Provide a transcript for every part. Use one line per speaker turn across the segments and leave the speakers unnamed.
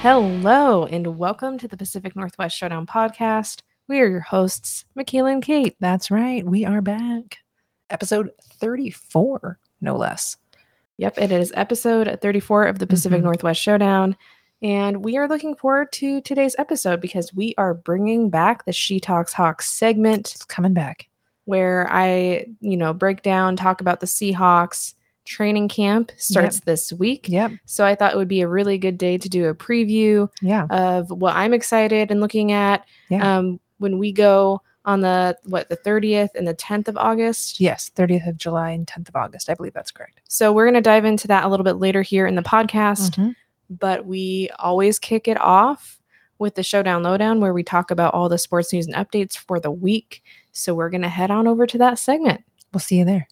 Hello, and welcome to the Pacific Northwest Showdown podcast. We are your hosts, Michaela and Kate.
That's right. We are back. Episode 34, no less.
Yep, it is episode 34 of the Pacific
Mhm.
Northwest Showdown. And we are looking forward to today's episode because we are bringing back the She Talks Hawks segment
It's coming back.
where I, you know, break down, talk about the Seahawks training camp starts this week.
Yep.
So I thought it would be a really good day to do a preview
Yeah.
of what I'm excited and looking at.
Yeah.
Um, when we go on the what the 30th and the 10th of August.
Yes. 30th of July and 10th of August. I believe that's correct.
So we're gonna dive into that a little bit later here in the podcast,
Mm-hmm.
but we always kick it off with the showdown lowdown where we talk about all the sports news and updates for the week. So we're gonna head on over to that segment.
We'll see you there.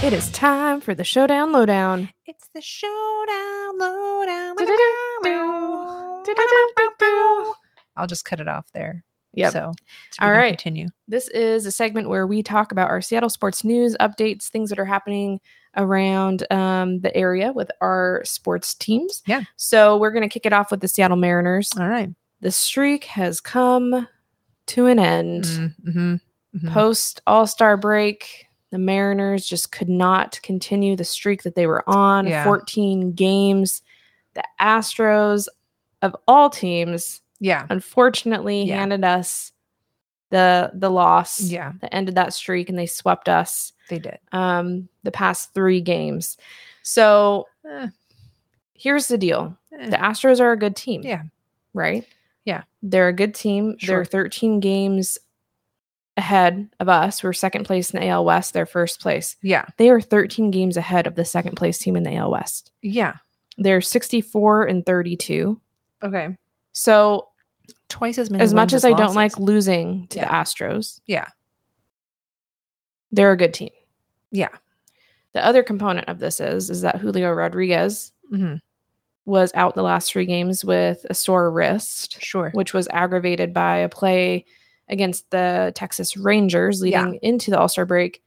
It is time for the showdown lowdown.
It's the showdown lowdown.
with the
I'll just cut it off there.
Yep.
So,
we All can right.
Continue.
This is a segment where we talk about our Seattle sports news updates, things that are happening around um, the area with our sports teams.
Yeah.
So we're going to kick it off with the Seattle Mariners.
All right.
The streak has come to an end.
Mm-hmm.
Post All Star break, the Mariners just could not continue the streak that they were on
Yeah.
14 games. The Astros, of all teams,
Yeah.
unfortunately
Yeah.
handed us the the loss
Yeah.
that ended that streak and they swept us
They did.
um, the past three games. So
Eh,
here's the deal
eh.
the Astros are a good team.
Yeah.
Right?
Yeah.
They're a good team.
Sure.
They're 13 games ahead of us. We're second place in the AL West, they're first place.
Yeah.
They are 13 games ahead of the second place team in the AL West.
Yeah.
They're 64 and 32.
Okay.
So
Twice as many.
as much as
wins
I don't
losses.
like losing to the
Yeah.
Astros,
Yeah.
they're a good team.
Yeah.
The other component of this is is that Julio Rodriguez
Mm-hmm.
was out the last three games with a sore wrist,
Sure.
which was aggravated by a play against the Texas Rangers
Yeah.
leading into the All Star break.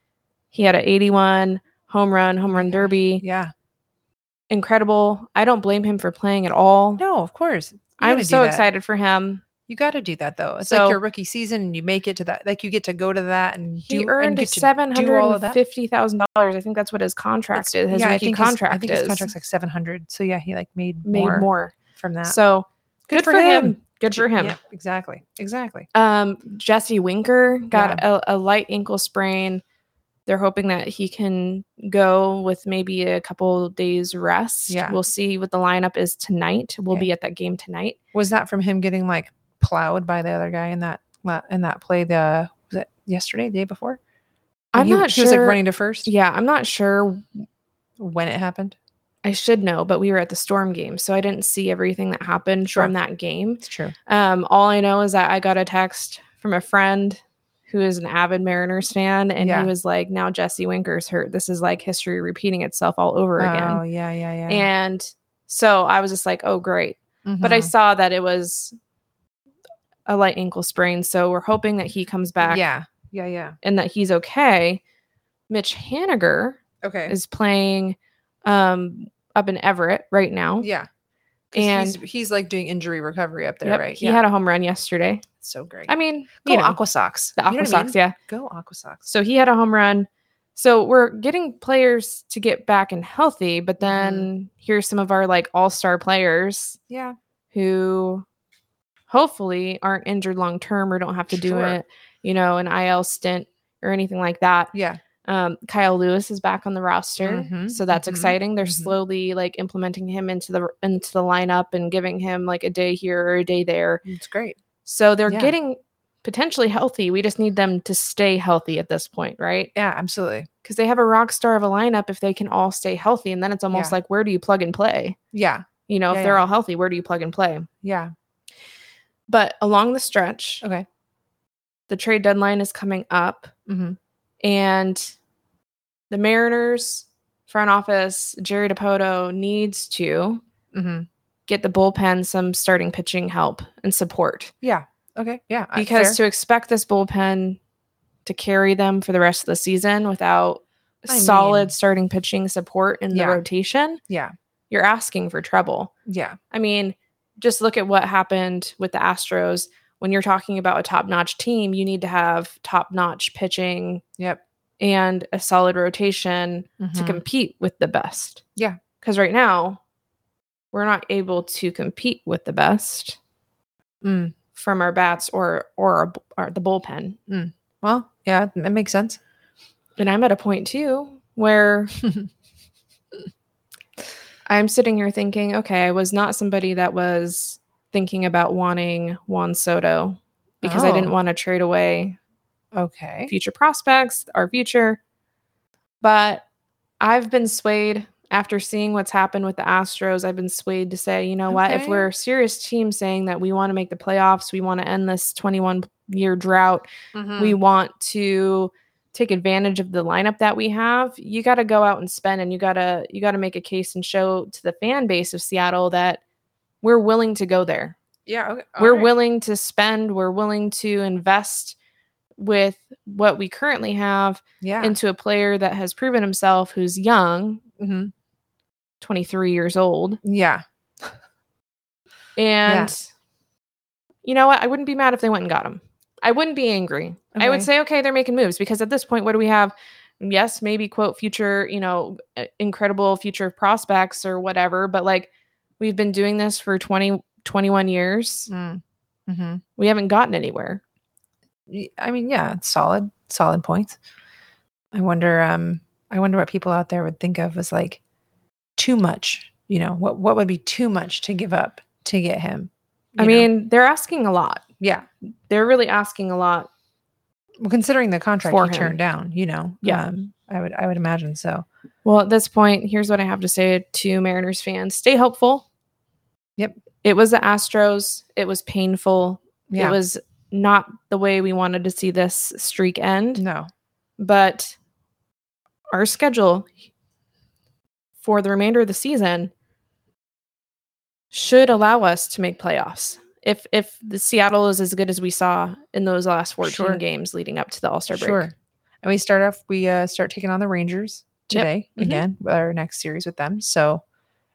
He had an 81 home run, home run derby.
Yeah.
Incredible. I don't blame him for playing at all.
No, of course. You
I'm
gotta do
so
that.
excited for him.
You got to do that though. It's
So-
like your rookie season, and you make it to that. Like you get to go to that, and
He
do, and
earned
get to
seven
do
hundred
all of that.
and fifty thousand dollars. I think that's what his contract
It's-
is. His
I
rookie
think his-
contract
I think
is
his contract's like seven hundred. So yeah, he like made
made more.
more, from that.
So good, for, him. Good for him.
Yeah, exactly. Exactly.
Um, Jesse Winker got a, a light ankle sprain. They're hoping that he can go with maybe a couple days rest.
Yeah.
We'll see what the lineup is tonight. We'll
Okay.
be at that game tonight.
Was that from him getting like plowed by the other guy in that la- in that play? The was it yesterday, the day before? When
I'm
he,
not
he was like
sure-
running to first.
Yeah, I'm not sure.
When it happened,
I should know, but we were at the Storm game, so I didn't see everything that happened
Sure.
from that game.
it's true.
Um, all I know is that I got a text from a friend who is an avid Mariners fan, and
Yeah.
he was like, "Now Jesse Winker's hurt. This is like history repeating itself all over
Oh
again."
yeah, yeah, yeah.
And so I was just like, "Oh, great!" But I
Mhm.
saw that it was a light ankle sprain, so we're hoping that he comes back
Yeah, yeah, yeah.
and that he's okay. Mitch Haniger
Okay.
is playing um, up in Everett right now.
Yeah. 'Cause he's, he's like doing injury recovery up there,
Yep,
right?
he had a home run yesterday.
so great.
I mean,
go
you know,
Aqua Sox.
the
You know
Aqua
what I
Sox,
mean?
yeah.
Go Aqua Sox.
So he had a home run. So we're getting players to get back and healthy, but then
Mm-hmm.
here's some of our like all star players
Yeah.
who hopefully aren't injured long term or don't have to do
Sure.
it, you know, an IL stint or anything like that.
Yeah.
Um, Kyle Lewis is back on the roster,
Mhm,
so that's
mhm,
exciting. They're
mhm.
slowly like implementing him into the into the lineup and giving him like a day here or a day there.
It's great.
So they're
Yeah.
getting potentially healthy. We just need them to stay healthy at this point, right?
Yeah, absolutely.
because they have a rock star of a lineup if they can all stay healthy. And then it's almost
Yeah.
like, where do you plug and play?
Yeah.
You know,
Yeah,
if they're
yeah.
all healthy, where do you plug and play?
Yeah.
But along the stretch,
Okay.
the trade deadline is coming up,
Mm-hmm.
and the Mariners front office, Jerry DePoto, needs to
Mm-hmm.
get the bullpen some starting pitching help and support
Yeah. Okay. Yeah. I-
because
Uh, fair.
to expect this bullpen to carry them for the rest of the season without
I mean-
solid starting pitching support in the
Yeah.
rotation,
Yeah.
you're asking for trouble.
Yeah.
I mean, just look at what happened with the Astros. When you're talking about a top notch team, you need to have top notch pitching
Yep.
and a solid rotation to
Mhm.
compete with the best.
Yeah.
Because right now, we're not able to compete with the best
Mm.
from our bats or or, our bu- or the bullpen.
Well, yeah, it it makes sense.
And I'm at a point too where I'm sitting here thinking, okay, I was not somebody that was thinking about wanting Juan Soto because I didn't
Oh.
want to trade away
Okay.
future prospects, our future. But I've been swayed after seeing what's happened with the Astros. I've been swayed to say, you know what? If
Okay.
we're a serious team saying that we want to make the playoffs, we want to end this 21 year drought, we
We
want to take advantage of the lineup that we have you got to go out and spend and you got to you got to make a case and show to the fan base of Seattle that we're willing to go there
yeah. Okay.
we're
alright.
willing to spend we're willing to invest with what we currently have
Yeah.
into a player that has proven himself who's young
hmm
23 years old
Yeah.
and you know what i wouldn't be mad if they went and got him i wouldn't be angry i would
Okay.
say okay they're making moves because at this point what do we have yes maybe quote future you know uh, incredible future prospects or whatever but like we've been doing this for 20 21 years
Mm. hmm
we haven't gotten anywhere
I mean, yeah, it's solid, solid points. I wonder, um, I wonder what people out there would think of as like too much. You know, what what would be too much to give up to get him?
i
you know?
mean they're asking a lot
yeah.
they're really asking a lot.
Well, considering the contract
For
he
him.
turned down, you know,
Yeah.
um, I would, I would imagine so.
Well, at this point, here's what I have to say to Mariners fans stay hopeful.
Yep.
It was the Astros. It was painful.
Yeah.
It was not the way we wanted to see this streak end,
no.
but our schedule for the remainder of the season should allow us to make playoffs. If if the Seattle is as good as we saw in those last 14
Sure.
games leading up to the All-Star break.
Sure. And we start off, we uh, start taking on the Rangers
Yep.
today
Mhm.
again, with our next series with them. So,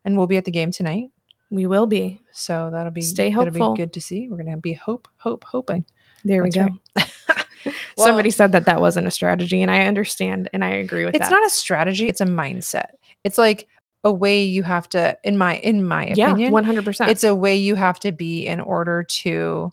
and we'll be at the game tonight.
We will be.
So that'll be,
Stay
That'll
hopeful.
be good to see. We're going to be hope, hope, hoping.
There
That's
we go.
right. Well-
Somebody said that that wasn't a strategy, and I understand and I agree with
it's
that.
not a strategy. It's a mindset. It's like a way you have to, in my, in my
yeah,
opinion,
one hundred percent.
it's a way you have to be in order to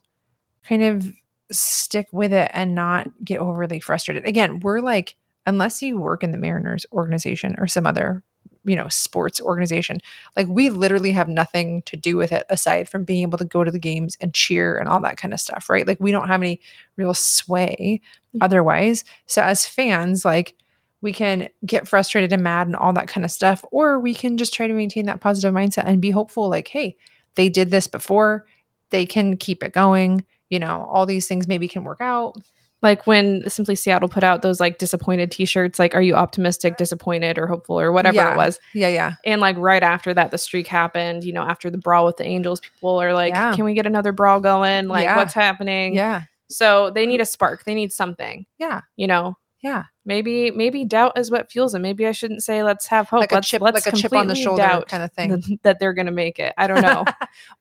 kind of stick with it and not get overly frustrated. Again, we're like, unless you work in the Mariners organization or some other, you know, sports organization, like we literally have nothing to do with it aside from being able to go to the games and cheer and all that kind of stuff, right? Like we don't have any real sway
Mhm.
otherwise. So as fans, like, we can get frustrated and mad and all that kind of stuff, or we can just try to maintain that positive mindset and be hopeful like, hey, they did this before they can keep it going you know all these things maybe can work out
like when Simply Seattle put out those like disappointed T-shirts, like "Are you optimistic, disappointed, or hopeful, or whatever
Yeah.
it was."
yeah yeah
And like right after that, the streak happened. You know, after the brawl with the Angels, people are like,
Yeah.
"Can we get another brawl going? Like,
Yeah.
what's happening?"
yeah
So they need a spark. They need something.
yeah
You know,
yeah
maybe maybe doubt is what fuels them. Maybe I shouldn't say let's have hope.
like a
let's,
chip
let's
like a chip on the
completely
shoulder
doubt
kind of thing
th- that they're gonna make it. I don't know.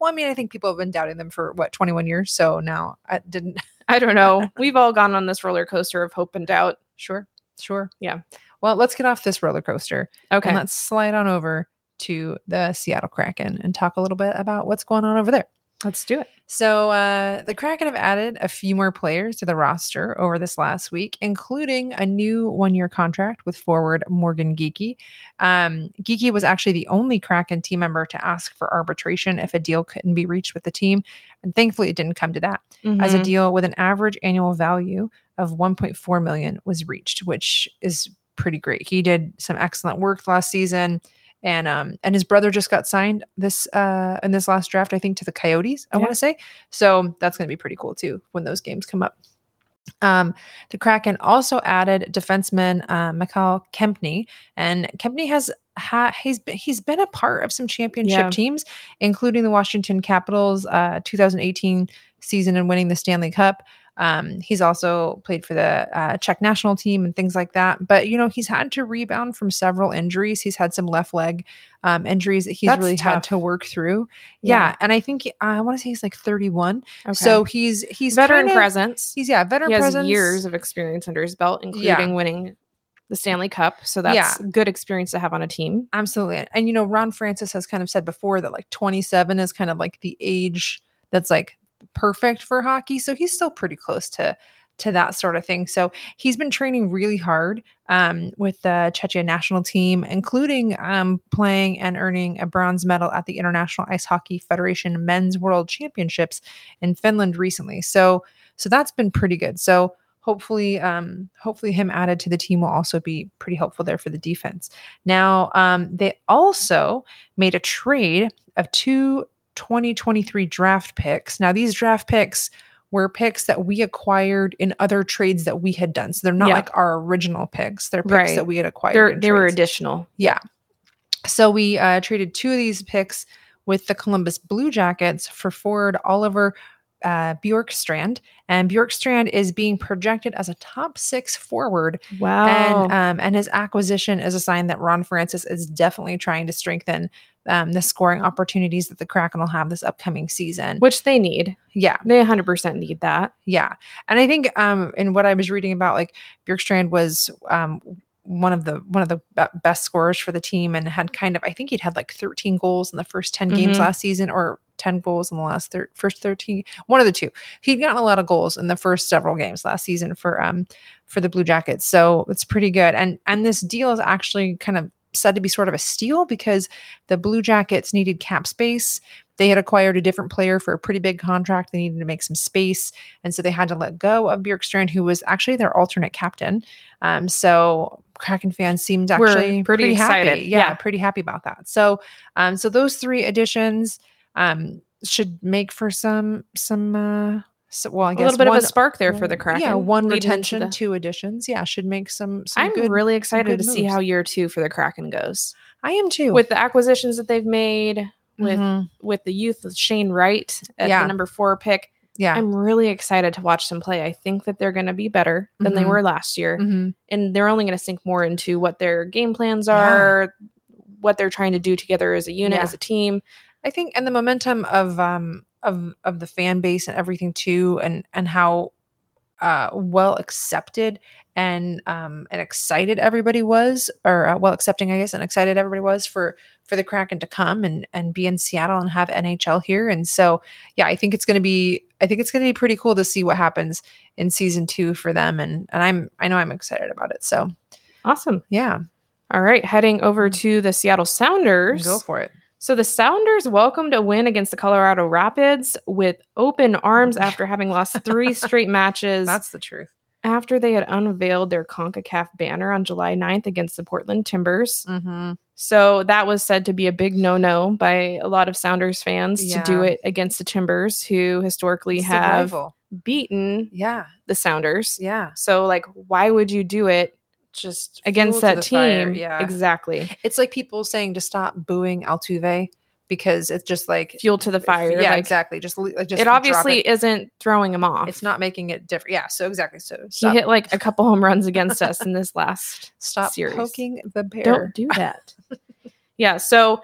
well i mean i think people have been doubting them for what 21 years so now i didn't
I don't know. We've all gone on this roller coaster of hope and doubt.
sure sure
Yeah.
well let's get off this roller coaster
Okay.
and let's slide on over to the seattle kraken and talk a little bit about what's going on over there
Let's do it.
So uh, the Kraken have added a few more players to the roster over this last week, including a new one-year contract with forward Morgan Geeky. Um, Geeky was actually the only Kraken team member to ask for arbitration if a deal couldn't be reached with the team, and thankfully it didn't come to that as a
Mhm.
deal with an average annual value of 1.4 million was reached, which is pretty great. He did some excellent work last season. And um and his brother just got signed this uh in this last draft, I think, to the Coyotes, I
Yeah.
want to say. So that's gonna be pretty cool too when those games come up. Um, the Kraken also added defenseman uh, Mikhail Kempney, and Kempney has ha- he's been, he's been a part of some championship
Yeah.
teams, including the Washington Capitals uh, 2018 season and winning the Stanley Cup. Um, he's also played for the uh, Czech national team and things like that. But you know, he's had to rebound from several injuries. He's had some left leg um, injuries that he's
That's
really had
tough.
to work through. Yeah,
Yeah.
and I think uh, I want to say he's like 31.
Okay.
So he's he's
veteran
kinda-
presence.
He's yeah, veteran
he has
presence.
years of experience under his belt, including
Yeah.
winning the Stanley Cup. So
Yeah.
that's good experience to have on a team.
Absolutely. And you know, Ron Francis has kind of said before that like 27 is kind of like the age that's like perfect for hockey. So he's still pretty close to to that sort of thing. So he's been training really hard um, with the Chechia national team, including um, playing and earning a bronze medal at the International Ice Hockey Federation Men's World Championships in Finland recently. So so that's been pretty good. So hopefully um, hopefully him added to the team will also be pretty helpful there for the defense. Now, um, they also made a trade of two 2023 draft picks. Now, these draft picks were picks that we acquired in other trades that we had done. So they're not
Yeah.
like our original picks. They're picks
Right.
that we had acquired.
They're,
in
they were
trades.
additional.
So we uh, traded two of these picks with the Columbus Blue Jackets for forward Oliver uh, Bjorkstrand, and Bjorkstrand is being projected as a top six forward
Wow.
and um, and his acquisition is a sign that Ron Francis is definitely trying to strengthen um, the scoring opportunities that the Kraken will have this upcoming season.
Which they need.
Yeah,
They 100% need that.
yeah, and I think um, in what I was reading about, like Bjorkstrand was um, one of the one of the be- best scorers for the team, and had kind of I think he'd had like 13 goals in the first 10 games
Mhm.
last season, or 10 goals in the last thir- first 13. One of the two. He'd gotten a lot of goals in the first several games last season for um for the Blue Jackets, so it's pretty good. And and this deal is actually kind of said to be sort of a steal because the Blue Jackets needed cap space. They had acquired a different player for a pretty big contract. They needed to make some space. And so they had to let go of Bjorkstrand, who was actually their alternate captain. Um, so Kraken fans seemed
We're
actually pretty,
pretty
happy.
excited.
Yeah,
Yeah.
pretty happy about that. So, um, so those three additions um, should make for some some. Uh, so, well, I
A
guess
little bit
one,
of a spark there for the Kraken.
Yeah, one
leading into
retention,
the-
two additions. Yeah, should make some. some
I'm
good,
really excited
good
to see
moves.
how year two for the Kraken goes
I am too.
with the acquisitions that they've made, with
Mhm.
with the youth of Shane Wright at
Yeah.
the number four pick.
yeah,
I'm really excited to watch them play. I think that they're going to be better than they
Mhm.
were last year,
Mhm.
and they're only going to sink more into what their game plans
Yeah.
are, what they're trying to do together as a unit,
Yeah.
as a team.
I think, and the momentum of um of of the fan base and everything too, and and how uh well accepted and um and excited everybody was, or uh, well accepting, I guess, and excited everybody was for for the Kraken to come and and be in Seattle and have NHL here, and so yeah, I think it's going to be I think it's going to be pretty cool to see what happens in season two for them, and and I'm I know I'm excited about it, so
Awesome.
yeah,
All right, heading over to the Seattle Sounders.
Mm. go for it.
So the Sounders welcomed a win against the Colorado Rapids with open arms after having lost three straight matches
Oh That's the truth.
after they had unveiled their CONCACAF banner on July 9th against the Portland Timbers.
Mm-hmm.
So that was said to be a big no-no by a lot of Sounders fans to do
Yeah.
it against the Timbers who historically have beaten
yeah,
the Sounders.
yeah.
So like why would you do it
just
against
fuel to
that
the fire,
team?
Yeah,
Exactly.
it's like people saying to stop booing Altuve because it's just like
Fuel to the fire.
Yeah,
like,
exactly. Just, le- like, just
it
drop
obviously is isn't throwing him off.
It's not making it different. Yeah. So exactly. So
He
stop,
hit like a couple home runs against us in this last.
stop
series.
poking the bear.
Don't do that. yeah, so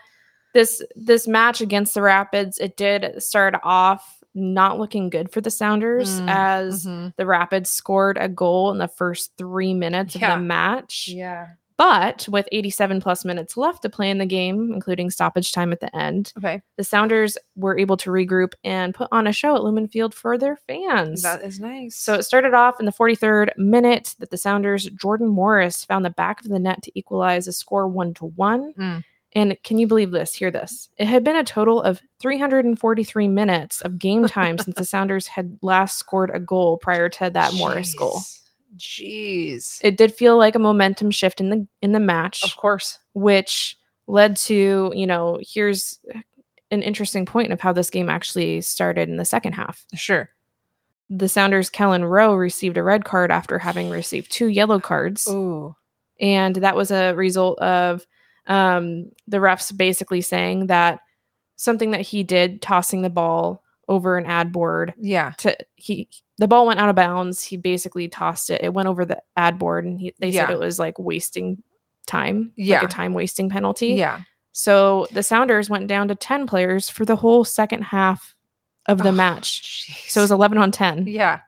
this this match against the Rapids, it did start off not looking good for the Sounders
Mm,
as
Mhm.
the Rapids scored a goal in the first 3 minutes
Yeah.
of the match.
Yeah.
But with 87 plus minutes left to play in the game, including stoppage time at the end,
Okay.
the Sounders were able to regroup and put on a show at Lumen Field for their fans.
That is nice.
So it started off in the 43rd minute that the Sounders' Jordan Morris found the back of the net to equalize a score one to one.
Mm.
And can you believe this? Hear this. It had been a total of 343 minutes of game time since the Sounders had last scored a goal prior to that Morris goal.
Jeez.
It did feel like a momentum shift in the in the match
of course.
which led to, you know, here's an interesting point of how this game actually started in the second half.
Sure.
The Sounders' Kellen Rowe received a red card after having received two yellow cards,
Ooh.
and that was a result of um, the refs basically saying that something that he did, tossing the ball over an ad board,
Yeah.
to he the ball went out of bounds. He basically tossed it. It went over the ad board, and he, they
Yeah.
said it was like wasting time,
Yeah.
like a time wasting penalty.
Yeah.
So the Sounders went down to ten players for the whole second half of the
Oh,
match.
jeez.
So it was eleven on ten,
yeah,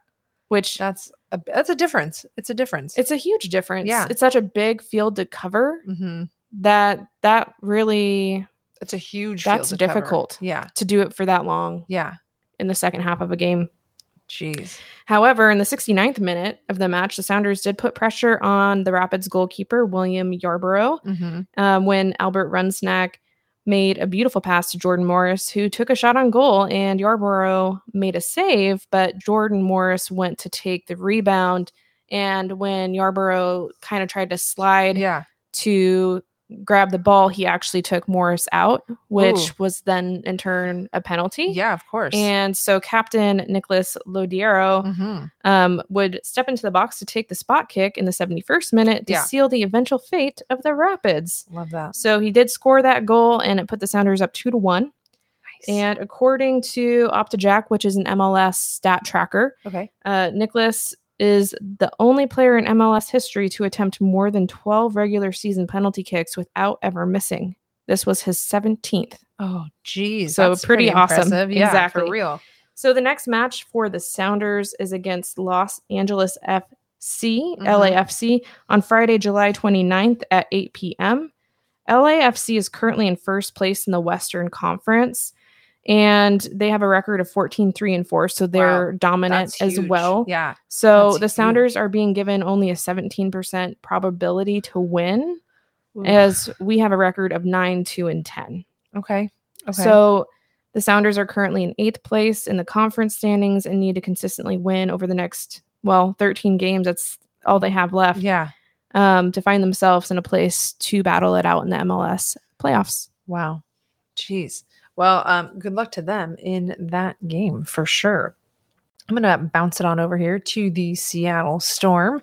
which
that's a that's a difference. It's a difference.
it's a huge difference.
Yeah.
it's such a big field to cover
mm-hmm.
that that really
it's a huge.
That's
field to cover.
difficult.
Yeah.
to do it for that long
Yeah.
in the second half of a game
Jeez.
However, in the 69th minute of the match, the Sounders did put pressure on the Rapids goalkeeper, William Yarborough,
Mm-hmm.
um, when Albert Runsnack made a beautiful pass to Jordan Morris, who took a shot on goal, and Yarborough made a save, but Jordan Morris went to take the rebound. And when Yarborough kind of tried to slide
Yeah.
to grab the ball, he actually took Morris out, which
Ooh.
was then in turn a penalty.
Yeah. Of course.
And so Captain Nicholas Lodiero
hmm
um, would step into the box to take the spot kick in the 71st minute to
Yeah.
seal the eventual fate of the Rapids.
love that.
So he did score that goal and it put the Sounders up two to one.
Nice.
And according to OptiJack, which is an MLS stat tracker,
okay.
uh, Nicholas is the only player in MLS history to attempt more than 12 regular season penalty kicks without ever missing. This was his 17th.
Oh, geez.
So
that's
pretty awesome.
impressive. Yeah.
Exactly.
For real.
So the next match for the Sounders is against Los Angeles FC,
Mhm.
LAFC, on Friday, July 29th at 8 p.m. LAFC is currently in first place in the Western Conference, and they have a record of 14 3 and 4, so they're dominant
That's
as
huge.
well.
Yeah.
So
That's
the Sounders are being given only a 17% probability to win,
Ooh.
as we have a record of 9 2 and 10.
okay. Okay.
So the Sounders are currently in eighth place in the conference standings and need to consistently win over the next, well, 13 games. That's all they have left
yeah.
um, to find themselves in a place to battle it out in the MLS playoffs.
Wow. Jeez. Well, um, good luck to them in that game for sure. I'm going to bounce it on over here to the Seattle Storm.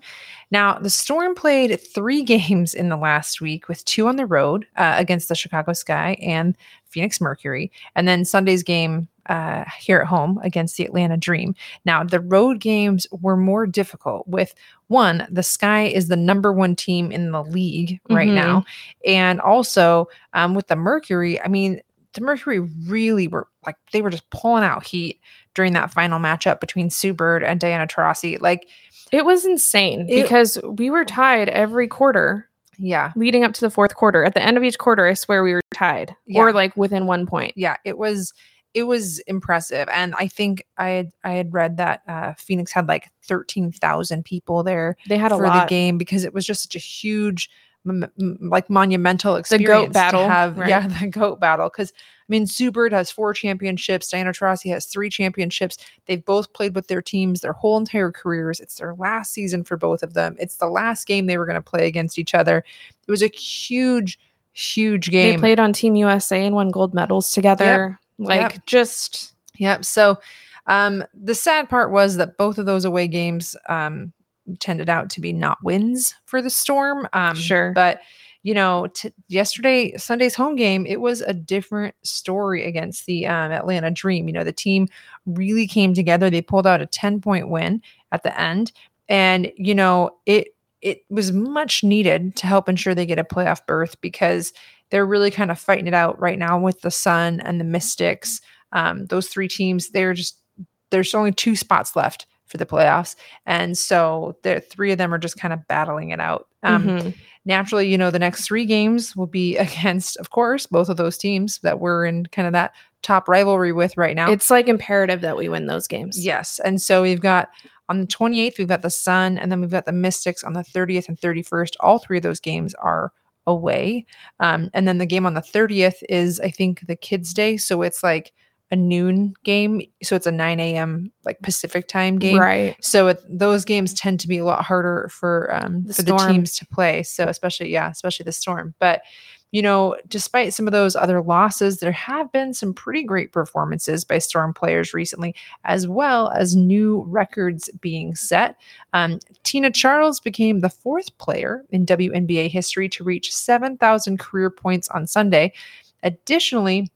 Now, the Storm played three games in the last week with two on the road uh, against the Chicago Sky and Phoenix Mercury, and then Sunday's game uh, here at home against the Atlanta Dream. Now, the road games were more difficult with one, the Sky is the number one team in the league right
Mhm.
now. And also um, with the Mercury, I mean, the Mercury really were like, they were just pulling out heat during that final matchup between Sue Bird and Diana Taurasi. Like,
It was insane
It-
because we were tied every quarter
yeah,
leading up to the fourth quarter. At the end of each quarter, I swear we were tied
Yeah.
or like within one point.
yeah, it was it was impressive, and I think I had, I had read that uh, Phoenix had like thirteen thousand people there
They had a
for the
lot.
game because it was just such a huge, m- m- like monumental
goat
experience. to
battle,
have,
right?
yeah, the goat battle. Because I mean, Zubert has four championships. Diana Taurasi has three championships. They've both played with their teams their whole entire careers. It's their last season for both of them. It's the last game they were going to play against each other. It was a huge, huge game.
They played on Team USA and won gold medals together. Like just
Yep. So um, the sad part was that both of those away games um, tended out to be not wins for the Storm. Um,
Sure.
But, you know, t- yesterday, Sunday's home game, it was a different story against the um, Atlanta Dream. You know, the team really came together. They pulled out a 10 point win at the end. And, you know, it, it was much needed to help ensure they get a playoff berth because they're really kind of fighting it out right now with the Sun and the Mystics um, those three teams they're just there's only two spots left for the playoffs and so the three of them are just kind of battling it out um,
mhm.
naturally you know the next three games will be against of course both of those teams that we're in kind of that top rivalry with right now
It's like imperative that we win those games.
Yes. And so we've got on the 28th, we've got the Sun, and then we've got the Mystics on the 30th and 31st. All three of those games are away. Um, and then the game on the 30th is, I think, the kids' day. So it's like a noon game. So it's a 9 a.m. like Pacific time game.
Right.
So it, those games tend to be a lot harder for um,
The
for the
Storm.
teams to play. So especially yeah, especially the storm. But you know, despite some of those other losses, there have been some pretty great performances by storm players recently, as well as new records being set. Um, Tina Charles became the fourth player in WNBA history to reach 7,000 career points on Sunday. Additionally,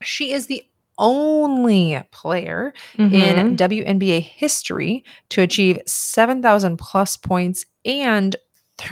she is the only player
Mm-hmm.
in WNBA history to achieve 7,000 plus points and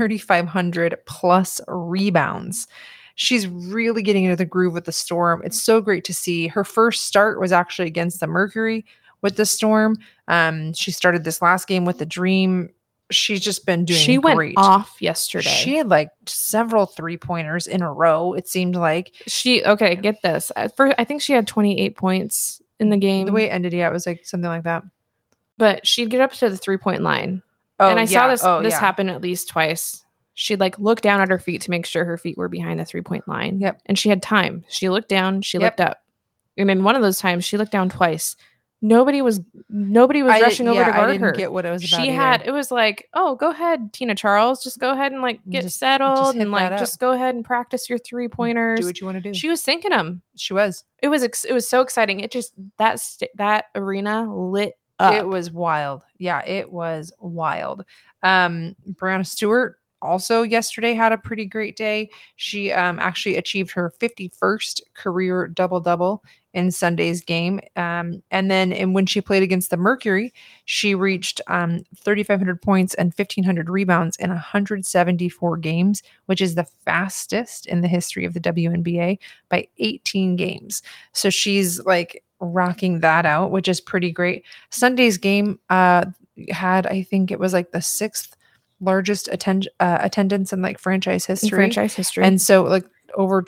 3,500 plus rebounds. She's really getting into the groove with the Storm. It's so great to see. Her first start was actually against the Mercury with the Storm. Um, she started this last game with the Dream. She's just been doing
she went
great.
off yesterday.
She had like several three pointers in a row, it seemed like.
She okay, get this. At first, I think she had 28 points in the game,
The way it ended, yeah, it was like something like that.
but she'd get up to the three point line,
Oh,
and I saw
yeah.
this
Oh,
this
yeah.
happen at least twice. She'd like look down at her feet to make sure her feet were behind the three point line.
Yep.
And she had time. She looked down. She
Yep.
looked up. And in one of those times, she looked down twice. Nobody was nobody was
I did-
rushing over
yeah,
to guard
I didn't
her.
Get what it was
she
about either.
had it was like, oh, go ahead, Tina Charles, just go ahead and like
And
get
just-
settled
hit
and like
that up. Mm,
just go ahead and practice your three pointers.
do what you want to do.
She was thinking them.
she was.
It was ex- it was so exciting. It just that st- that arena lit up.
It was wild. Yeah, it was wild. Um, Brianna Stewart also yesterday had a pretty great day. She um, actually achieved her 51st career double double in Sunday's game. Um, and then and when she played against the Mercury, she reached um, 3,500 points and 1,500 rebounds in 174 games, which is the fastest in the history of the WNBA by 18 games. So she's like rocking that out, which is pretty great. Sunday's game uh, had, I think it was like the sixth largest attend- uh, attendance in like franchise
in
history.
franchise history.
And so like over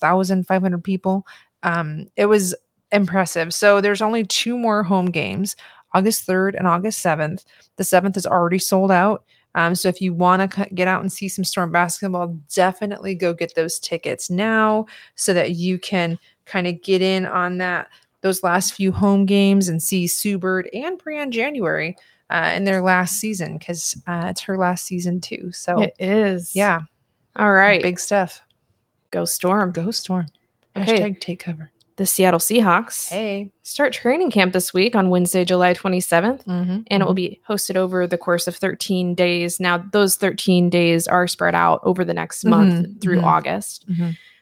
12,500 people. Um, it was impressive. So there's only two more home games, August 3rd and August 7th. The 7th is already sold out. Um, so if you want to get out and see some Storm basketball, definitely go get those tickets now so that you can kind of get in on that those last few home games and see Sue Bird and Brianne January uh, in their last season because uh, it's her last season too. So
it is.
yeah,
All right.
big stuff.
Go Storm.
Go storm.
Okay.
Hashtag take cover.
The Seattle Seahawks
Hey.
start training camp this week on Wednesday, July 27th,
Mm-hmm.
and it will be hosted over the course of 13 days. Now, those 13 days are spread out over the next month
Mhm,
through
mhm.
August.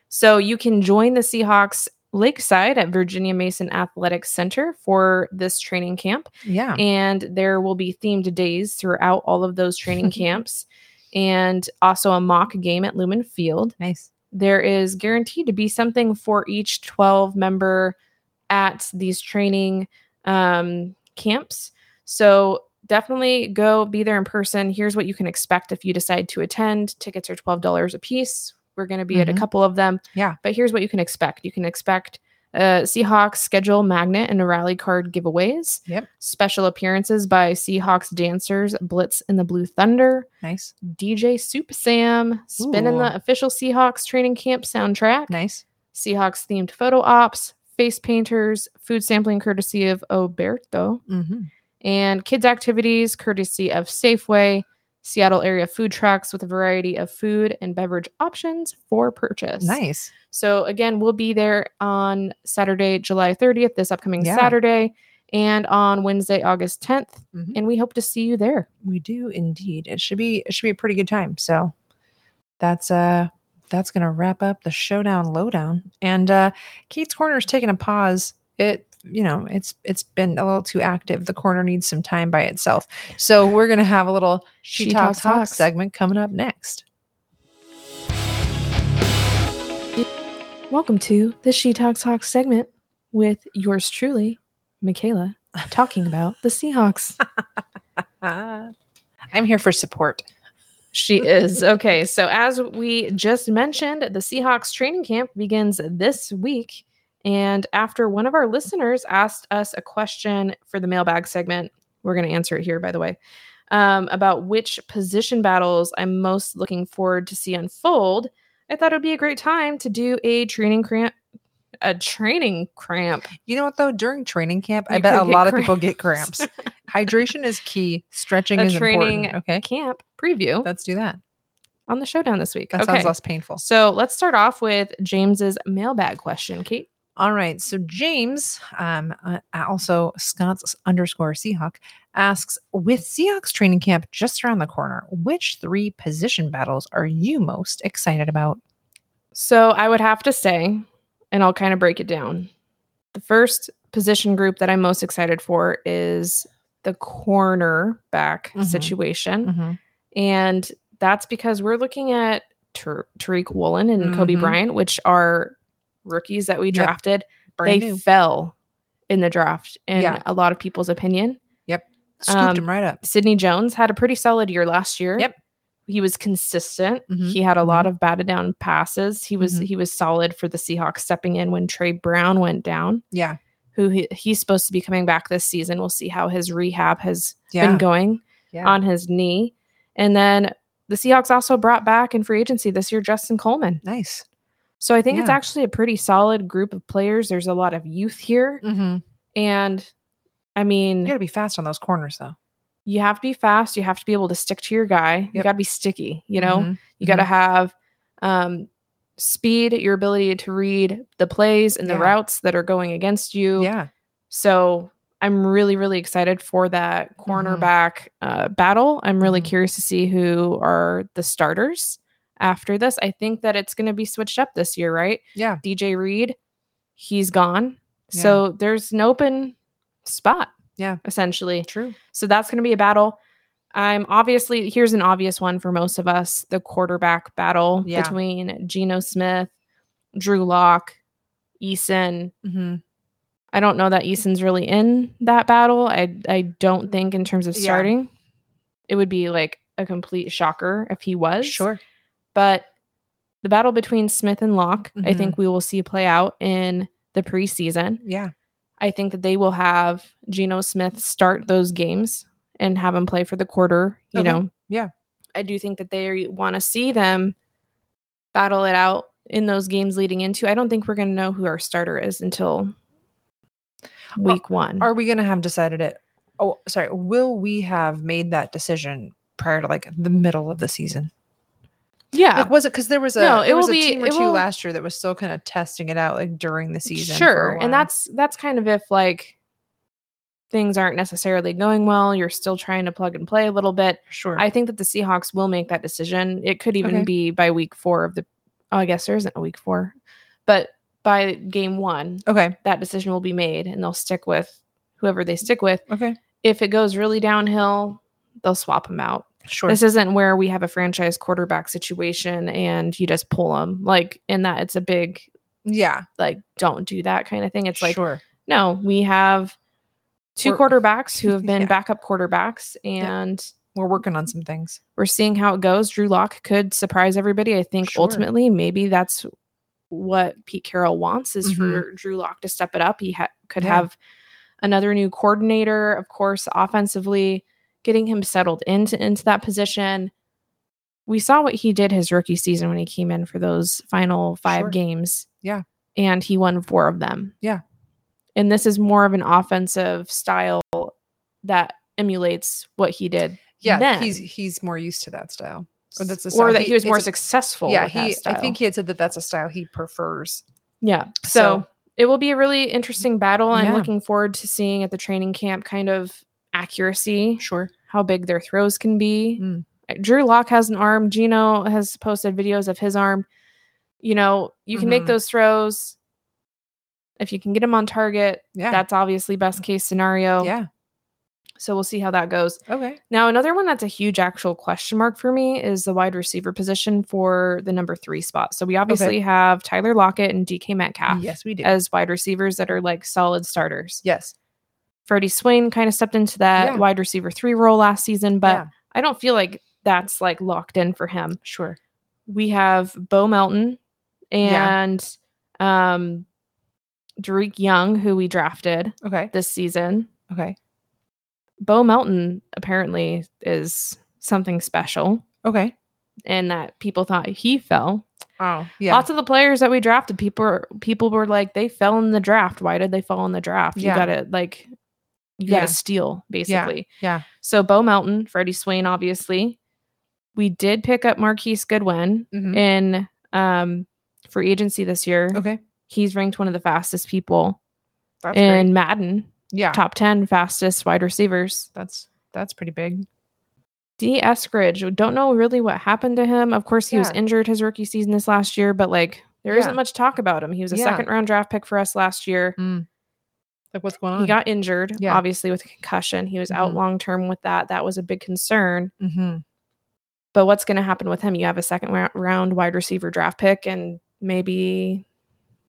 So you can join the Seahawks Lakeside at Virginia Mason Athletic Center for this training camp.
Yeah.
and there will be themed days throughout all of those training camps and also a mock game at Lumen Field.
Nice.
There is guaranteed to be something for each 12 member at these training um, camps. So definitely go be there in person. Here's what you can expect if you decide to attend. Tickets are $12 a piece. We're going to be at a
Mhm.
couple of them.
Yeah.
But here's what you can expect. You can expect uh, Seahawks schedule magnet and rally card giveaways special appearances by Seahawks dancers Blitz and the Blue Thunder,
Nice.
DJ Soup Sam, spinning
Ooh.
the official Seahawks training camp soundtrack,
Nice.
Seahawks themed photo ops, face painters, food sampling courtesy of Oberto,
Mm-hmm.
and kids activities courtesy of Safeway. Seattle area food trucks with a variety of food and beverage options for purchase.
Nice.
So again, we'll be there on Saturday, July 30th, this upcoming
Yeah.
Saturday, and on Wednesday, August 10th.
Mhm.
And we hope to see you there.
We do indeed. It should be it should be a pretty good time. So that's uh that's gonna wrap up the showdown lowdown. And uh Kate's corner is taking a pause. It you know, it's it's been a little too active. The corner needs some time by itself. So we're gonna have a little she, talks, talks segment coming up next.
Welcome to the She Talks Hawks segment with yours truly, Michaela, talking about the Seahawks.
Ah, I'm here for support.
She is. Okay. So, as we just mentioned, the Seahawks training camp begins this week. And after one of our listeners asked us a question for the mailbag segment, we're going to answer it here, by the way, um, about which position battles I'm most looking forward to see unfold. I thought it would be a great time to do a training cramp, a training cramp.
You know what though? During training camp, I
You
bet
could
a
get
lot of people get cramps. Hydration is key. Stretching
A
is
training
important. Okay,
camp preview
let's do that.
on the showdown this week.
That sounds less painful.
So let's start off with James's mailbag question, Kate.
All right. So James, um, uh, also Scott's underscore Seahawk, asks with Seahawks training camp just around the corner, which three position battles are you most excited about?
So I would have to say, and I'll kind of break it down The first position group that I'm most excited for is the cornerback
Mhm.
situation.
Mhm.
And that's because we're looking at Tar- Tariq Woolen and Kobe
Mhm.
Bryant, which are rookies that we
Yep.
drafted.
Brand
they
new.
fell in the draft, in
Yeah.
a lot of people's opinion.
Scooped
um,
him right up.
Sidney Jones had a pretty solid year last year.
Yep.
He was consistent.
Mhm,
He had a lot of batted down passes. He was
Mhm.
he was solid for the Seahawks stepping in when Trey Brown went down,
Yeah.
who he, he's supposed to be coming back this season. We'll see how his rehab has
Yeah.
been going
yeah.
on his knee. And then the Seahawks also brought back in free agency this year Justin Coleman.
nice.
So I think it's
Yeah.
actually a pretty solid group of players. There's a lot of youth here
Mm-hmm.
and I
You
mean,
got to be fast on those corners, though.
you have to be fast. You have to be able to stick to your guy. You
Yep.
got to be sticky. You know,
Mhm.
you got to have um, speed, your ability to read the plays and the
Yeah.
routes that are going against you.
Yeah.
So I'm really, really excited for that
Mm-hmm.
cornerback uh, battle. I'm really
Mhm.
curious to see who are the starters after this. I think that it's going to be switched up this year, right?
Yeah.
DJ Reed, he's gone.
Yeah.
So there's an open spot.
Yeah.
Essentially.
True.
So that's going to be a battle. I'm obviously here's an obvious one for most of us the quarterback battle
Yeah.
between Geno Smith, Drew Locke, Eason.
Mm-hmm.
I don't know that Eason's really in that battle. I I don't think in terms of
Yeah.
starting, it would be like a complete shocker if he was.
Sure.
But the battle between Smith and Locke, I
Mhm.
think we will see play out in the preseason.
Yeah.
I think that they will have Geno Smith start those games and have him play for the quarter, you
Okay.
know.
Yeah.
I do think that they want to see them battle it out in those games leading into. I don't think we're going to know who our starter is until
Well,
week 1.
Are we going to have decided it? Oh, sorry. Will we have made that decision prior to like the middle of the season?
yeah.
Like, was it because there was a
Ah. No, it
there was
will
a
be-
team or
it
two
will-
last year that was still kind of testing it out like during the season. for a
Sure.
while.
And that's that's kind of if like things aren't necessarily going well, you're still trying to plug and play a little bit.
sure.
I think that the Seahawks will make that decision. It could even
Okay.
be by week four of the. Oh, I guess there isn't a week four, but by game one,
okay.
that decision will be made, and they'll stick with whoever they stick with.
Okay.
If it goes really downhill, they'll swap them out.
Sure.
This isn't where we have a franchise quarterback situation and you just pull them like in that it's a big
yeah.
like don't do that kind of thing. It's like
sure.
no, we have 2
We're-
quarterbacks who have been
Yeah.
backup quarterbacks and
We're working on some things.
we're seeing how it goes. Drew Lock could surprise everybody. I think
Sure.
ultimately, maybe that's what Pete Carroll wants is
Mhm.
for Drew Lock to step it up. He ha- could
Yeah.
have another new coordinator, of course, offensively, getting him settled into into that position. We saw what he did his rookie season when he came in for those final five
Sure.
games.
Yeah.
And he won four of them.
Yeah.
And this is more of an offensive style that emulates what he did
Yeah.
then
He's he's more used to that style. Or that's the
or
style
that he was more
it's a-
successful.
Yeah.
with that
He. I
style.
think he had said that that's a style he prefers.
yeah. So,
so-
it will be a really interesting battle. I'm
Yeah.
looking forward to seeing at the training camp kind of accuracy,
Sure.
how big their throws can be.
Mm.
Uh, Drew Locke has an arm. Gino has posted videos of his arm. You know, you can make
Mhm.
those throws. If you can get him on target,
Yeah.
that's obviously best case scenario.
yeah.
So we'll see how that goes.
Okay.
Now, another one that's a huge actual question mark for me is the wide receiver position for the number three spot. So we obviously have Tyler Lockett and DK Metcalf
Yes, we do.
as wide receivers that are like solid starters.
yes.
Freddie Swain kind of stepped into that
Yeah.
wide receiver three role last season, but
Yeah.
I don't feel like that's like locked in for him.
Sure.
We have Bo Melton
Yeah.
and um Derek Young, who we drafted
Okay.
this season.
Okay.
Bo Melton apparently is something special.
Okay.
and that people thought he fell.
Oh. Yeah.
Lots of the players that we drafted, people were, people were like, they fell in the draft. Why did they fall in the draft?
Yeah.
You gotta like, you
Yeah.
gotta steal basically.
yeah.
So Bo Melton, Freddie Swain, obviously, we did pick up Marquise Goodwin
Mhm.
in um free agency this year.
Okay.
He's ranked one of the fastest people
That's
in
great.
Madden,
Yeah.
top ten fastest wide receivers.
That's that's pretty big.
D. Eskridge, we don't know really what happened to him. Of course, he was
Yeah.
injured his rookie season this last year, but like there
Yeah.
not much talk about him. He was a
Yeah.
second round draft pick for us last year.
Mm. Like what's going on?
He got injured,
Mm-hmm. Yeah.
obviously, with a concussion. He was out
Mhm.
long term with that. That was a big concern.
mm-hmm.
But what's going to happen with him? You have a second rou- round wide receiver draft pick, and maybe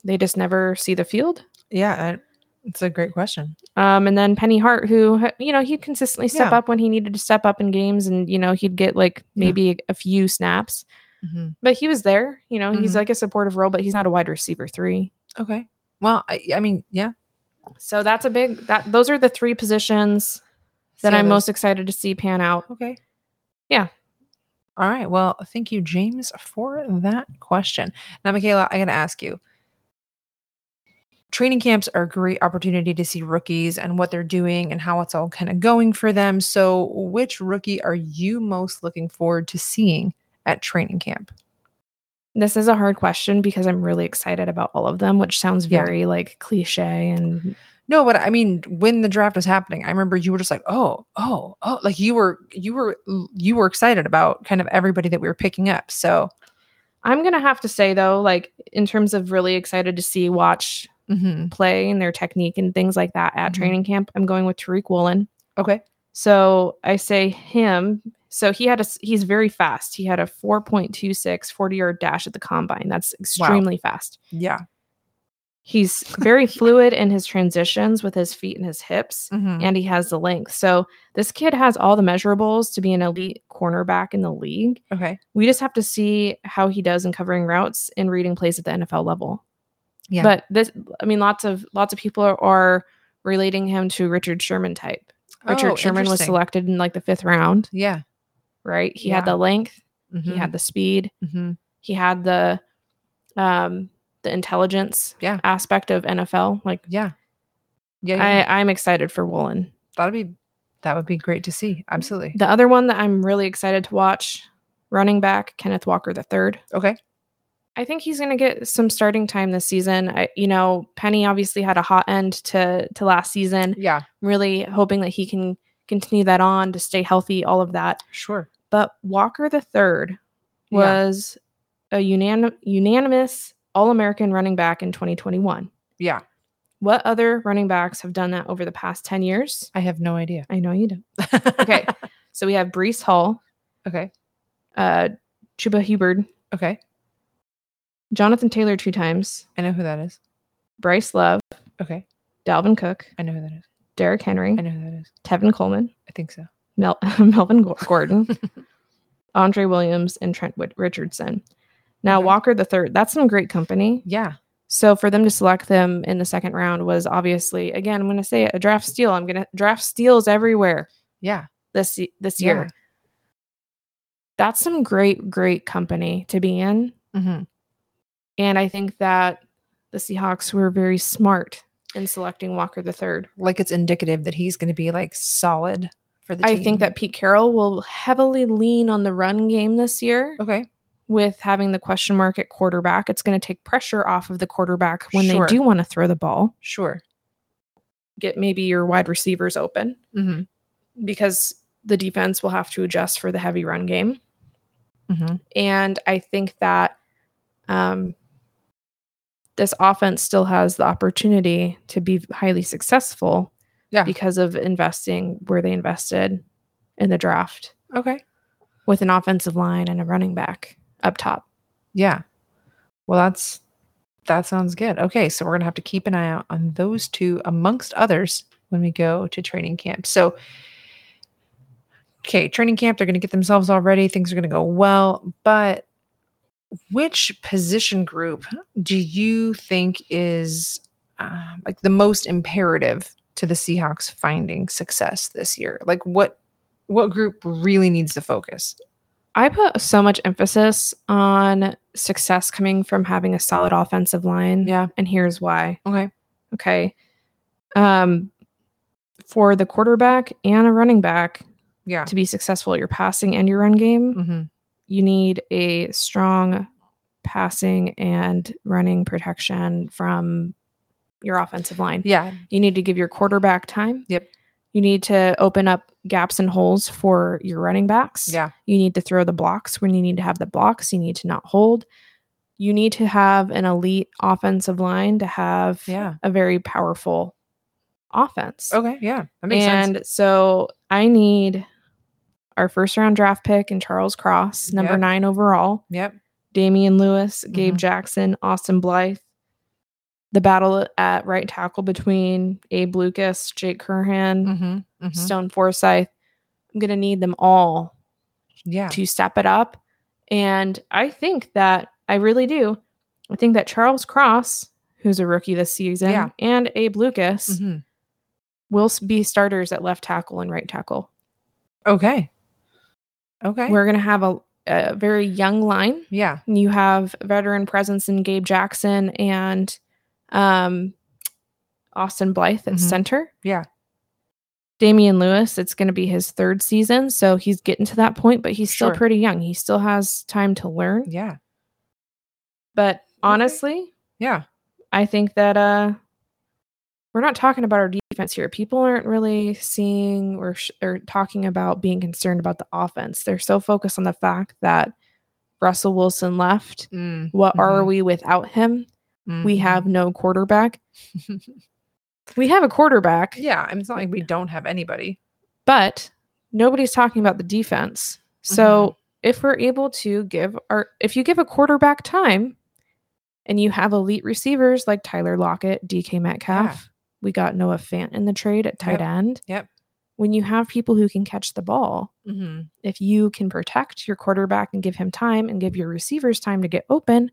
they just never see the field.
Yeah, I- it's a great question.
Um, and then Penny Hart, who you know he'd consistently step
Yeah.
up when he needed to step up in games, and you know he'd get like
Yeah.
maybe a, a few snaps,
Mhm.
but he was there. You know he's
Mhm.
like a supportive role, but he's not a wide receiver three.
Okay. Well, I, I mean, yeah.
So that's a big that those are the three positions that
See how
I'm
those-
most excited to see pan out.
Okay.
Yeah.
All right. Well, thank you, James, for that question. Now, Michaela, I got to ask you. Training camps are a great opportunity to see rookies and what they're doing and how it's all kind of going for them. So, which rookie are you most looking forward to seeing at training camp?
This is a hard question because I'm really excited about all of them, which sounds
Yeah.
very like cliche and
No, but I mean, when the draft was happening, I remember you were just like, "Oh, oh, oh!" Like you were, you were, you were excited about kind of everybody that we were picking up. So,
I'm gonna have to say though, like in terms of really excited to see watch
mhm.
play and their technique and things like that at
Mhm.
training camp, I'm going with Tariq Woolen.
okay,
So I say him. So he had a s- he's very fast. He had a 4.26 40 yard dash at the combine. That's extremely fast.
yeah,
He's very fluid in his transitions with his feet and his hips,
Mm-hmm.
and he has the length. So this kid has all the measurables to be an elite cornerback in the league.
okay,
We just have to see how he does in covering routes and reading plays at the NFL level.
Yeah.
But this I mean lots of lots of people are, are relating him to Richard Sherman type. Richard
Oh,
Sherman was
interesting.
selected in like the 5th round,
Yeah,
right? He had
Yeah.
the length,
Mhm.
he had the speed,
Mhm.
he had the um the intelligence
Yeah.
aspect of NFL. Like
yeah, yeah. yeah.
I, I'm excited for Woolen.
That'd be that would be great to see. Absolutely.
The other one that I'm really excited to watch, running back Kenneth Walker III.
Okay.
I think he's going to get some starting time this season. I, you know, Penny obviously had a hot end to to last season.
Yeah.
I'm really hoping that he can continue that on to stay healthy, all of that.
Sure.
But Walker III
Yeah.
was a unanim- unanimous All American running back in 2021.
Yeah.
What other running backs have done that over the past 10 years?
I have no idea.
I know you don't. Okay. so we have Brees Hall,
okay.
uh, Chuba Hubbard,
Okay.
Jonathan Taylor two times,
I know who that is.
Bryce Love,
Okay.
Dalvin Cook,
I know who that is.
Derrick Henry,
I know who that is.
Tevin Coleman,
I think so.
Mel- Melvin Gor- Gordon, Andre Williams, and Trent Wi- Richardson. Now
Okay.
Walker the third, that's some great company.
Yeah.
So for them to select them in the second round was obviously again I'm going to say it, a draft steal. I'm going to draft steals everywhere
Yeah.
this y- this
Yeah.
year. That's some great great company to be in.
Mhm.
And I think that the Seahawks were very smart in selecting Walker the third.
Like it's indicative that he's going to be like solid for the
I
team.
think that Pete Carroll will heavily lean on the run game this year
Okay.
with having the question mark at quarterback. It's going to take pressure off of the quarterback when
Sure.
they do want to throw the ball.
Sure.
Get maybe your wide receivers open
Mhm.
because the defense will have to adjust for the heavy run game.
Mhm.
And I think that um, this offense still has the opportunity to be highly successful
Yeah.
because of investing where they invested in the draft
Okay.
with an offensive line and a running back up top.
Yeah. Well, that's that sounds good. Okay, so we're gonna have to keep an eye out on those two, amongst others, when we go to training camp. So, okay, training camp, they're gonna get themselves all ready. Things are gonna go well, but which position group do you think is um, like the most imperative to the Seahawks finding success this year? Like, what what group really needs to focus?
I put so much emphasis on success coming from having a solid offensive line.
Yeah.
And here's why.
Okay.
Okay. Um, for the quarterback and a running back
Yeah.
to be successful at your passing and your run game,
Mm-hmm.
you need a strong passing and running protection from your offensive line.
Yeah.
You need to give your quarterback time.
Yep.
You need to open up gaps and holes for your running backs.
Yeah.
You need to throw the blocks when you need to have the blocks. You need to not hold. You need to have an elite offensive line to have
Yeah.
a very powerful offense.
Okay. Yeah. That makes
and
sense.
so I need our first round draft pick and Charles Cross, number
Yep.
nine overall,
Yep.
Damian Lewis, Gabe
Mhm.
Jackson, Austin Blythe. The battle at right tackle between Abe Lucas, Jake Curran,
Mm-hmm.
Stone Forsyth. I'm going to need them all
Yeah.
to step it up. And I think that I really do. I think that Charles Cross, who's a rookie this season,
Yeah.
and Abe Lucas
Mhm.
will s- be starters at left tackle and right tackle.
Okay. Okay.
We're going to have a, a very young line.
yeah.
You have veteran presence in Gabe Jackson and um, Austin Blythe at
Mhm.
center.
Yeah.
Damian Lewis, it's going to be his third season. So he's getting to that point, but he's still
Sure.
pretty young. He still has time to learn.
Yeah.
But honestly,
Yeah.
I think that uh we're not talking about our defense here. People aren't really seeing or sh- or talking about being concerned about the offense. They're so focused on the fact that Russell Wilson left.
Mm,
What are
Mhm.
we without him? We
mhm.
have no quarterback. We have a quarterback,
yeah. I mean, it's not like we don't have anybody.
but nobody's talking about the defense. So
Mm-hmm.
if we're able to give our if you give a quarterback time and you have elite receivers like Tyler Lockett, DK Metcalf, we got Noah Fant in the trade at tight
Yep.
end.
Yep.
When you have people who can catch the ball,
Mm-hmm.
if you can protect your quarterback and give him time and give your receivers time to get open,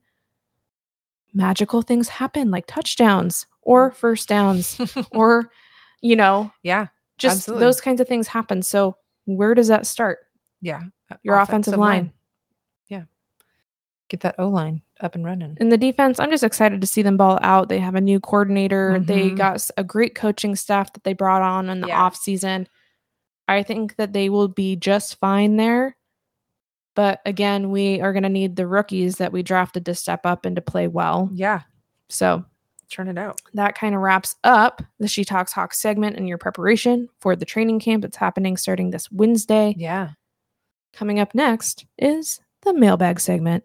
magical things happen like touchdowns
Mm.
or first downs or you know,
yeah.
just
Absolutely.
those kinds of things happen. So where does that start?
Yeah. uh,
Your offensive line.
Yeah. Get that O line up and running.
in the defense, I'm just excited to see them ball out. They have a new coordinator. They
Mhm.
got s- a great coaching staff that they brought on in the
Yeah.
off offseason. I think that they will be just fine there. But again, we are going to need the rookies that we drafted to step up and to play well.
Yeah.
So
Turn it out.
that kind of wraps up the She Talks Hawk segment and your preparation for the training camp that's happening starting this Wednesday.
Yeah.
Coming up next is the mailbag segment.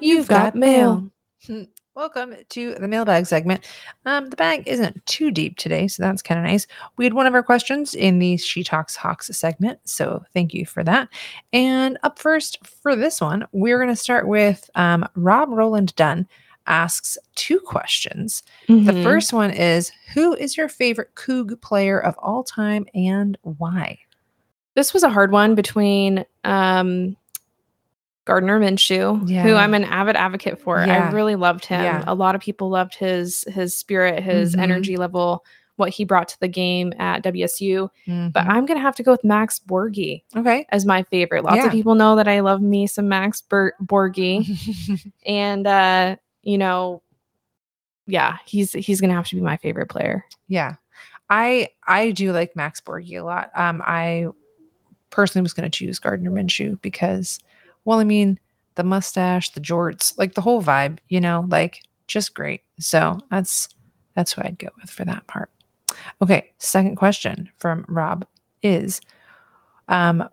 You've got mail.
Hmm. Welcome to the mailbag segment. Um, the bag isn't too deep today, so that's kind of nice. We had one of our questions in the She Talks Hawks segment, so thank you for that. And up first for this one, we're going to start with um, Rob Roland Dunn asks two questions. The
Mhm.
first one is Who is your favorite Coug player of all time and why?
this was a hard one between um Gardner Minshew, who
Yeah.
I'm an avid advocate for. I
Yeah.
really loved him.
Yeah.
A lot of people loved his his spirit, his
Mhm.
energy level, what he brought to the game at WSU. But
Mhm.
I'm gonna have to go with Max Borgi
okay.
as my favorite. Lots
Yeah.
of people know that I love me some Max Ber- Borgi,
Mm-hmm.
and uh, you know, yeah, he's he's gonna have to be my favorite player.
Yeah. I I do like Max Borgi a lot. Um I personally was going to choose Gardner Minshew because well I mean the mustache, the jorts, like the whole vibe, you know, like just great. So that's that's who I'd go with for that part. Okay, second question from Rob is um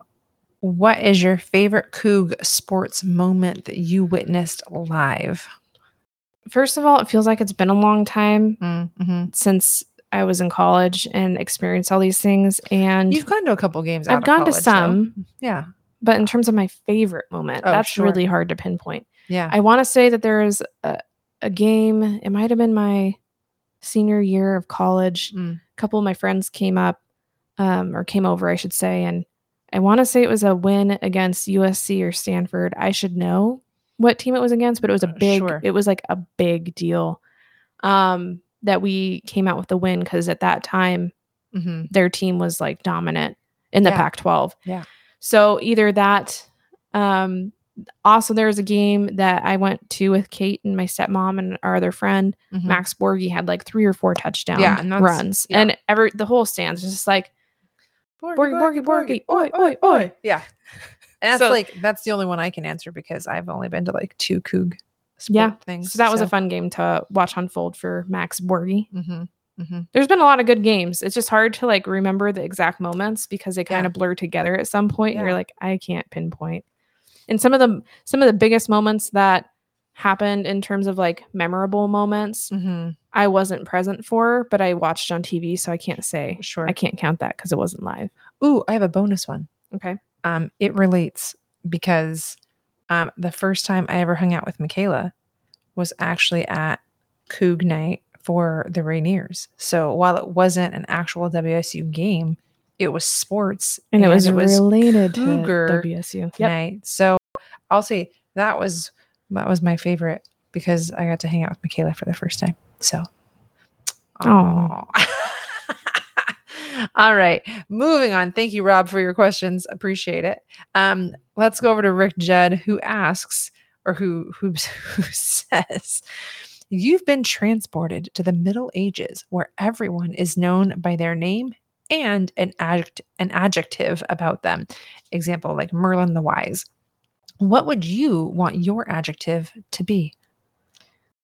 what is your favorite Coug sports moment that you witnessed live?
First of all, it feels like it's been a long time
Mm-hmm.
since I was in college and experienced all these things. And
You've gone to a couple games. out
Mm. I've
of
gone to
college, though.
some,
Yeah.
but in terms of my favorite moment,
Oh,
that's
sure.
really hard to pinpoint.
Yeah.
I want to say that there is a, a game, it might have been my senior year of college.
Mm.
A couple of my friends came up um, or came over, I should say. And I want to say it was a win against USC or Stanford. I should know what team it was against, but it was a
Uh,
big,
sure.
it was like a big deal um, that we came out with the win because at that time,
Mm-hmm.
their team was like dominant in the
Yeah.
Pac 12.
Yeah.
So either that, um, also there was a game that I went to with Kate and my stepmom and our other friend,
Mhm.
Max Borgi had like three or four touchdown
Yeah, and that's-
runs.
yeah.
And ever the whole stands was just like Borgi, Borgi, Borgi, oi, oi, oi.
Yeah. And that's
So-
like that's the only one I can answer because I've only been to like two Coug sport
Yeah.
things.
So that was a fun game to watch unfold for Max Borgi.
hmm hmm
There's been a lot of good games. It's just hard to like remember the exact moments because they
Yeah.
kind of blur together at some point. and
Yeah.
You're like, I can't pinpoint. And some of the some of the biggest moments that happened in terms of like memorable moments
Mm-hmm.
I wasn't present for, but I watched on TV, so I can't say.
Sure.
I can't count that because it wasn't live.
Ooh, I have a bonus one.
Okay.
um, it relates because um, the first time I ever hung out with Michaela was actually at Coog night for the Rainiers. So while it wasn't an actual WSU game, it was sports
And, it was related
Cougar
to WSU. Yep.
night. So I'll say that was that was my favorite because I got to hang out with Michaela for the first time. So,
Aw.
aw. all right, moving on. Thank you, Rob, for your questions. Appreciate it. Um, let's go over to Rick Judd, who asks or who who, who says. You've been transported to the Middle Ages, where everyone is known by their name and an, adject- an adjective about them example, like Merlin the Wise. What would you want your adjective to be?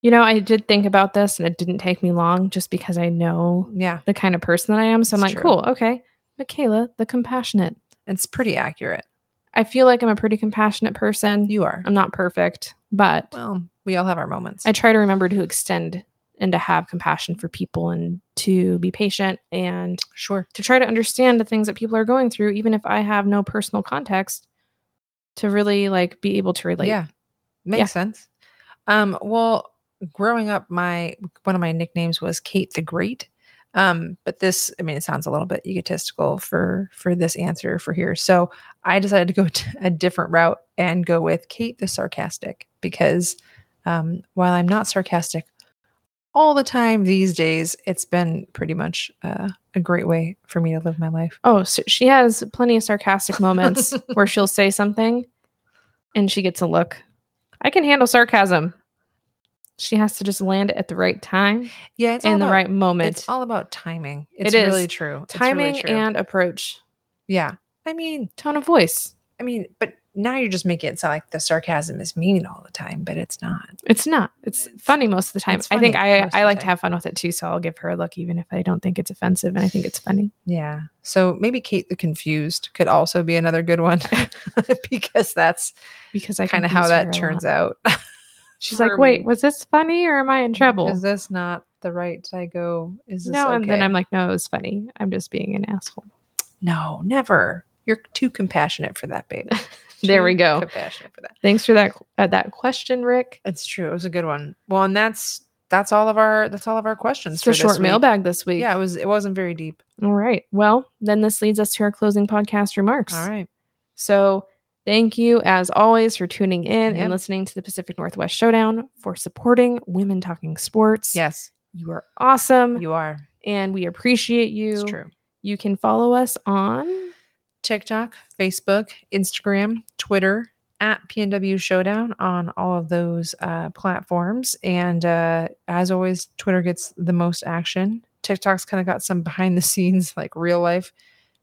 You know, I did think about this and it didn't take me long just because I know
Yeah,
the kind of person that I am. So I'm
It's
like,
true.
cool, okay. Michaela, the compassionate.
it's pretty accurate.
I feel like I'm a pretty compassionate person.
You are.
I'm not perfect, but
Well, we all have our moments.
I try to remember to extend and to have compassion for people and to be patient and
sure.
to try to understand the things that people are going through, even if I have no personal context, to really like be able to relate.
yeah, makes
Yeah.
sense. Um, well, growing up, my one of my nicknames was Kate the Great. Um, but this, I mean, it sounds a little bit egotistical for for this answer for here. So I decided to go t- a different route and go with Kate the sarcastic because um, while I'm not sarcastic all the time these days, it's been pretty much uh, a great way for me to live my life.
Oh, so she has plenty of sarcastic moments where she'll say something and she gets a look. I can handle sarcasm. She has to just land it at the right time
Yeah, it's all
and the
about-
right moment.
It's all about timing.
It
It's
is.
really true. It's really
Timing
true.
and approach,
yeah. I mean,
tone of voice.
I mean, but now you're just making it sound like the sarcasm is mean all the time, but it's not.
It's not. It's,
It's-
funny most of the time.
it's
I think
funny most
I
of the
I like to
time.
have fun with it too, so I'll give her a look even if I don't think it's offensive and I think it's funny.
Yeah. So maybe Kate the Confused could also be another good one because that's
Because I
kind of how that turns out.
She's like, wait, was this funny or am I in trouble?
Is this not the right? Did I go? Is this
No, and then
okay?
I'm like, no, it was funny. I'm just being an asshole.
no, never. You're too compassionate for that, babe.
There we
Too
go.
Compassionate for that.
Thanks for that uh, that question, Rick.
It's true. It was a good one. Well, and that's that's all of our that's all of our questions
It's
for
a
this
short
week.
mailbag this week.
Yeah, it was it wasn't very deep.
All right. Well, then this leads us to our closing podcast remarks.
All right.
So thank you as always for tuning in
Yep.
and listening to the Pacific Northwest Showdown for supporting women talking sports.
Yes,
You are awesome
you are.
and we appreciate you.
It's true.
You can follow us on
TikTok, Facebook, Instagram, Twitter at PNW Showdown on all of those uh, platforms. And uh, as always, Twitter gets the most action. TikTok's kind of got some behind the scenes, like real life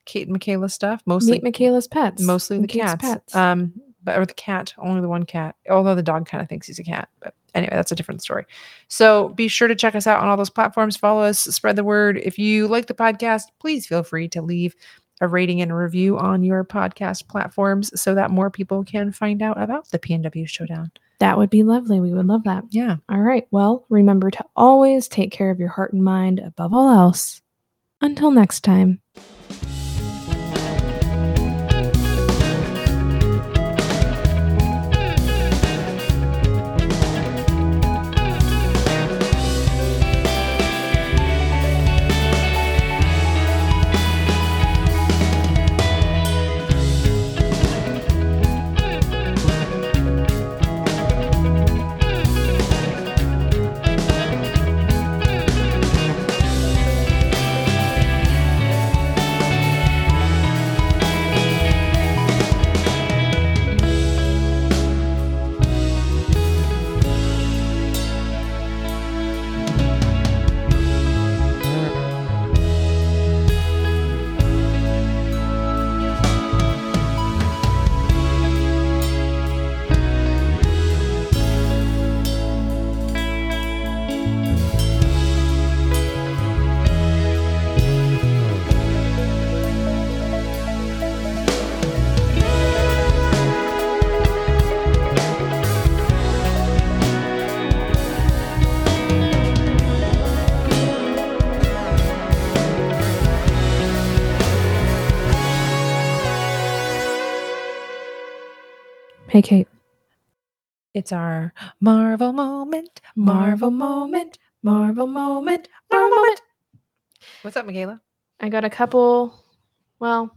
Kate and Michaela stuff, mostly
Meet Michaela's Pets.
mostly the
and Kate's
cats. Um, but or the cat, only the one cat. Although the dog kind of thinks he's a cat, but anyway, that's a different story. So be sure to check us out on all those platforms. Follow us, spread the word. If you like the podcast, please feel free to leave a rating and a review on your podcast platforms so that more people can find out about the PNW Showdown.
that would be lovely. We would love that.
Yeah.
All right. Well, remember to always take care of your heart and mind above all else. Until next time. Hey, Kate.
It's our Marvel moment, Marvel moment, Marvel moment, Marvel moment. What's up, Michaela?
I got a couple. Well,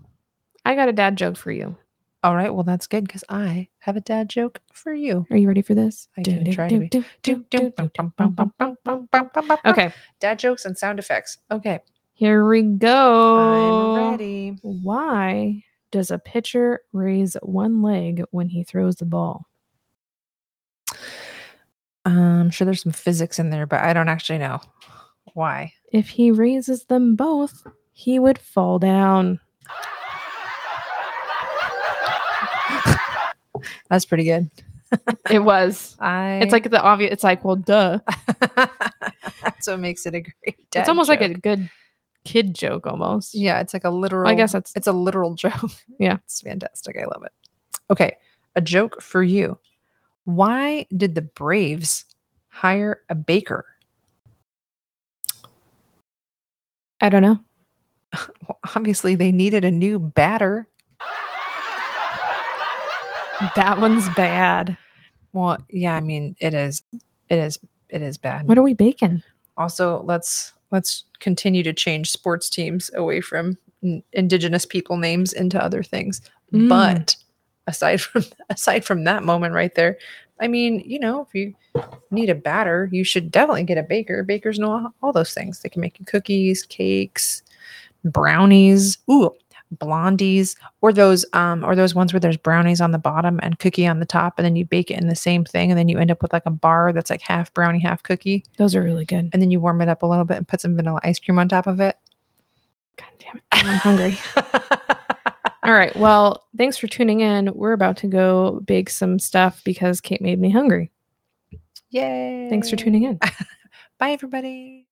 I got a dad joke for you.
All right, well that's good because I have a dad joke for you.
Are you ready for this?
I can try to be. Okay,
Okay,
dad jokes and sound effects. Okay,
here we go.
I'm ready.
Why does a pitcher raise one leg when he throws the ball?
I'm sure there's some physics in there, but I don't actually know why.
If he raises them both, he would fall down.
That's pretty good.
It was.
I.
It's like the obvious. It's like, well, duh.
that's what makes it a great. Dad
it's almost like
joke.
a good kid joke, almost.
Yeah, it's like a literal.
I guess that's
it's a literal joke.
Yeah.
it's fantastic. I love it. Okay, a joke for you. Why did the Braves hire a baker?
I don't know.
Well, obviously, they needed a new batter.
That one's bad.
Well, yeah, I mean, it is, it is, it is bad.
What are we baking?
also let's let's continue to change sports teams away from n- indigenous people names into other things
Mm.
but aside from aside from that moment right there i mean you know if you need a batter you should definitely get a baker bakers know all, all those things they can make you cookies cakes brownies ooh blondies or those um or those ones where there's brownies on the bottom and cookie on the top and then you bake it in the same thing and then you end up with like a bar that's like half brownie half cookie
Those are really good.
and then you warm it up a little bit and put some vanilla ice cream on top of it.
God damn it. I'm hungry. All right. Well, thanks for tuning in. We're about to go bake some stuff because Kate made me hungry.
Yay.
Thanks for tuning in.
Bye, everybody.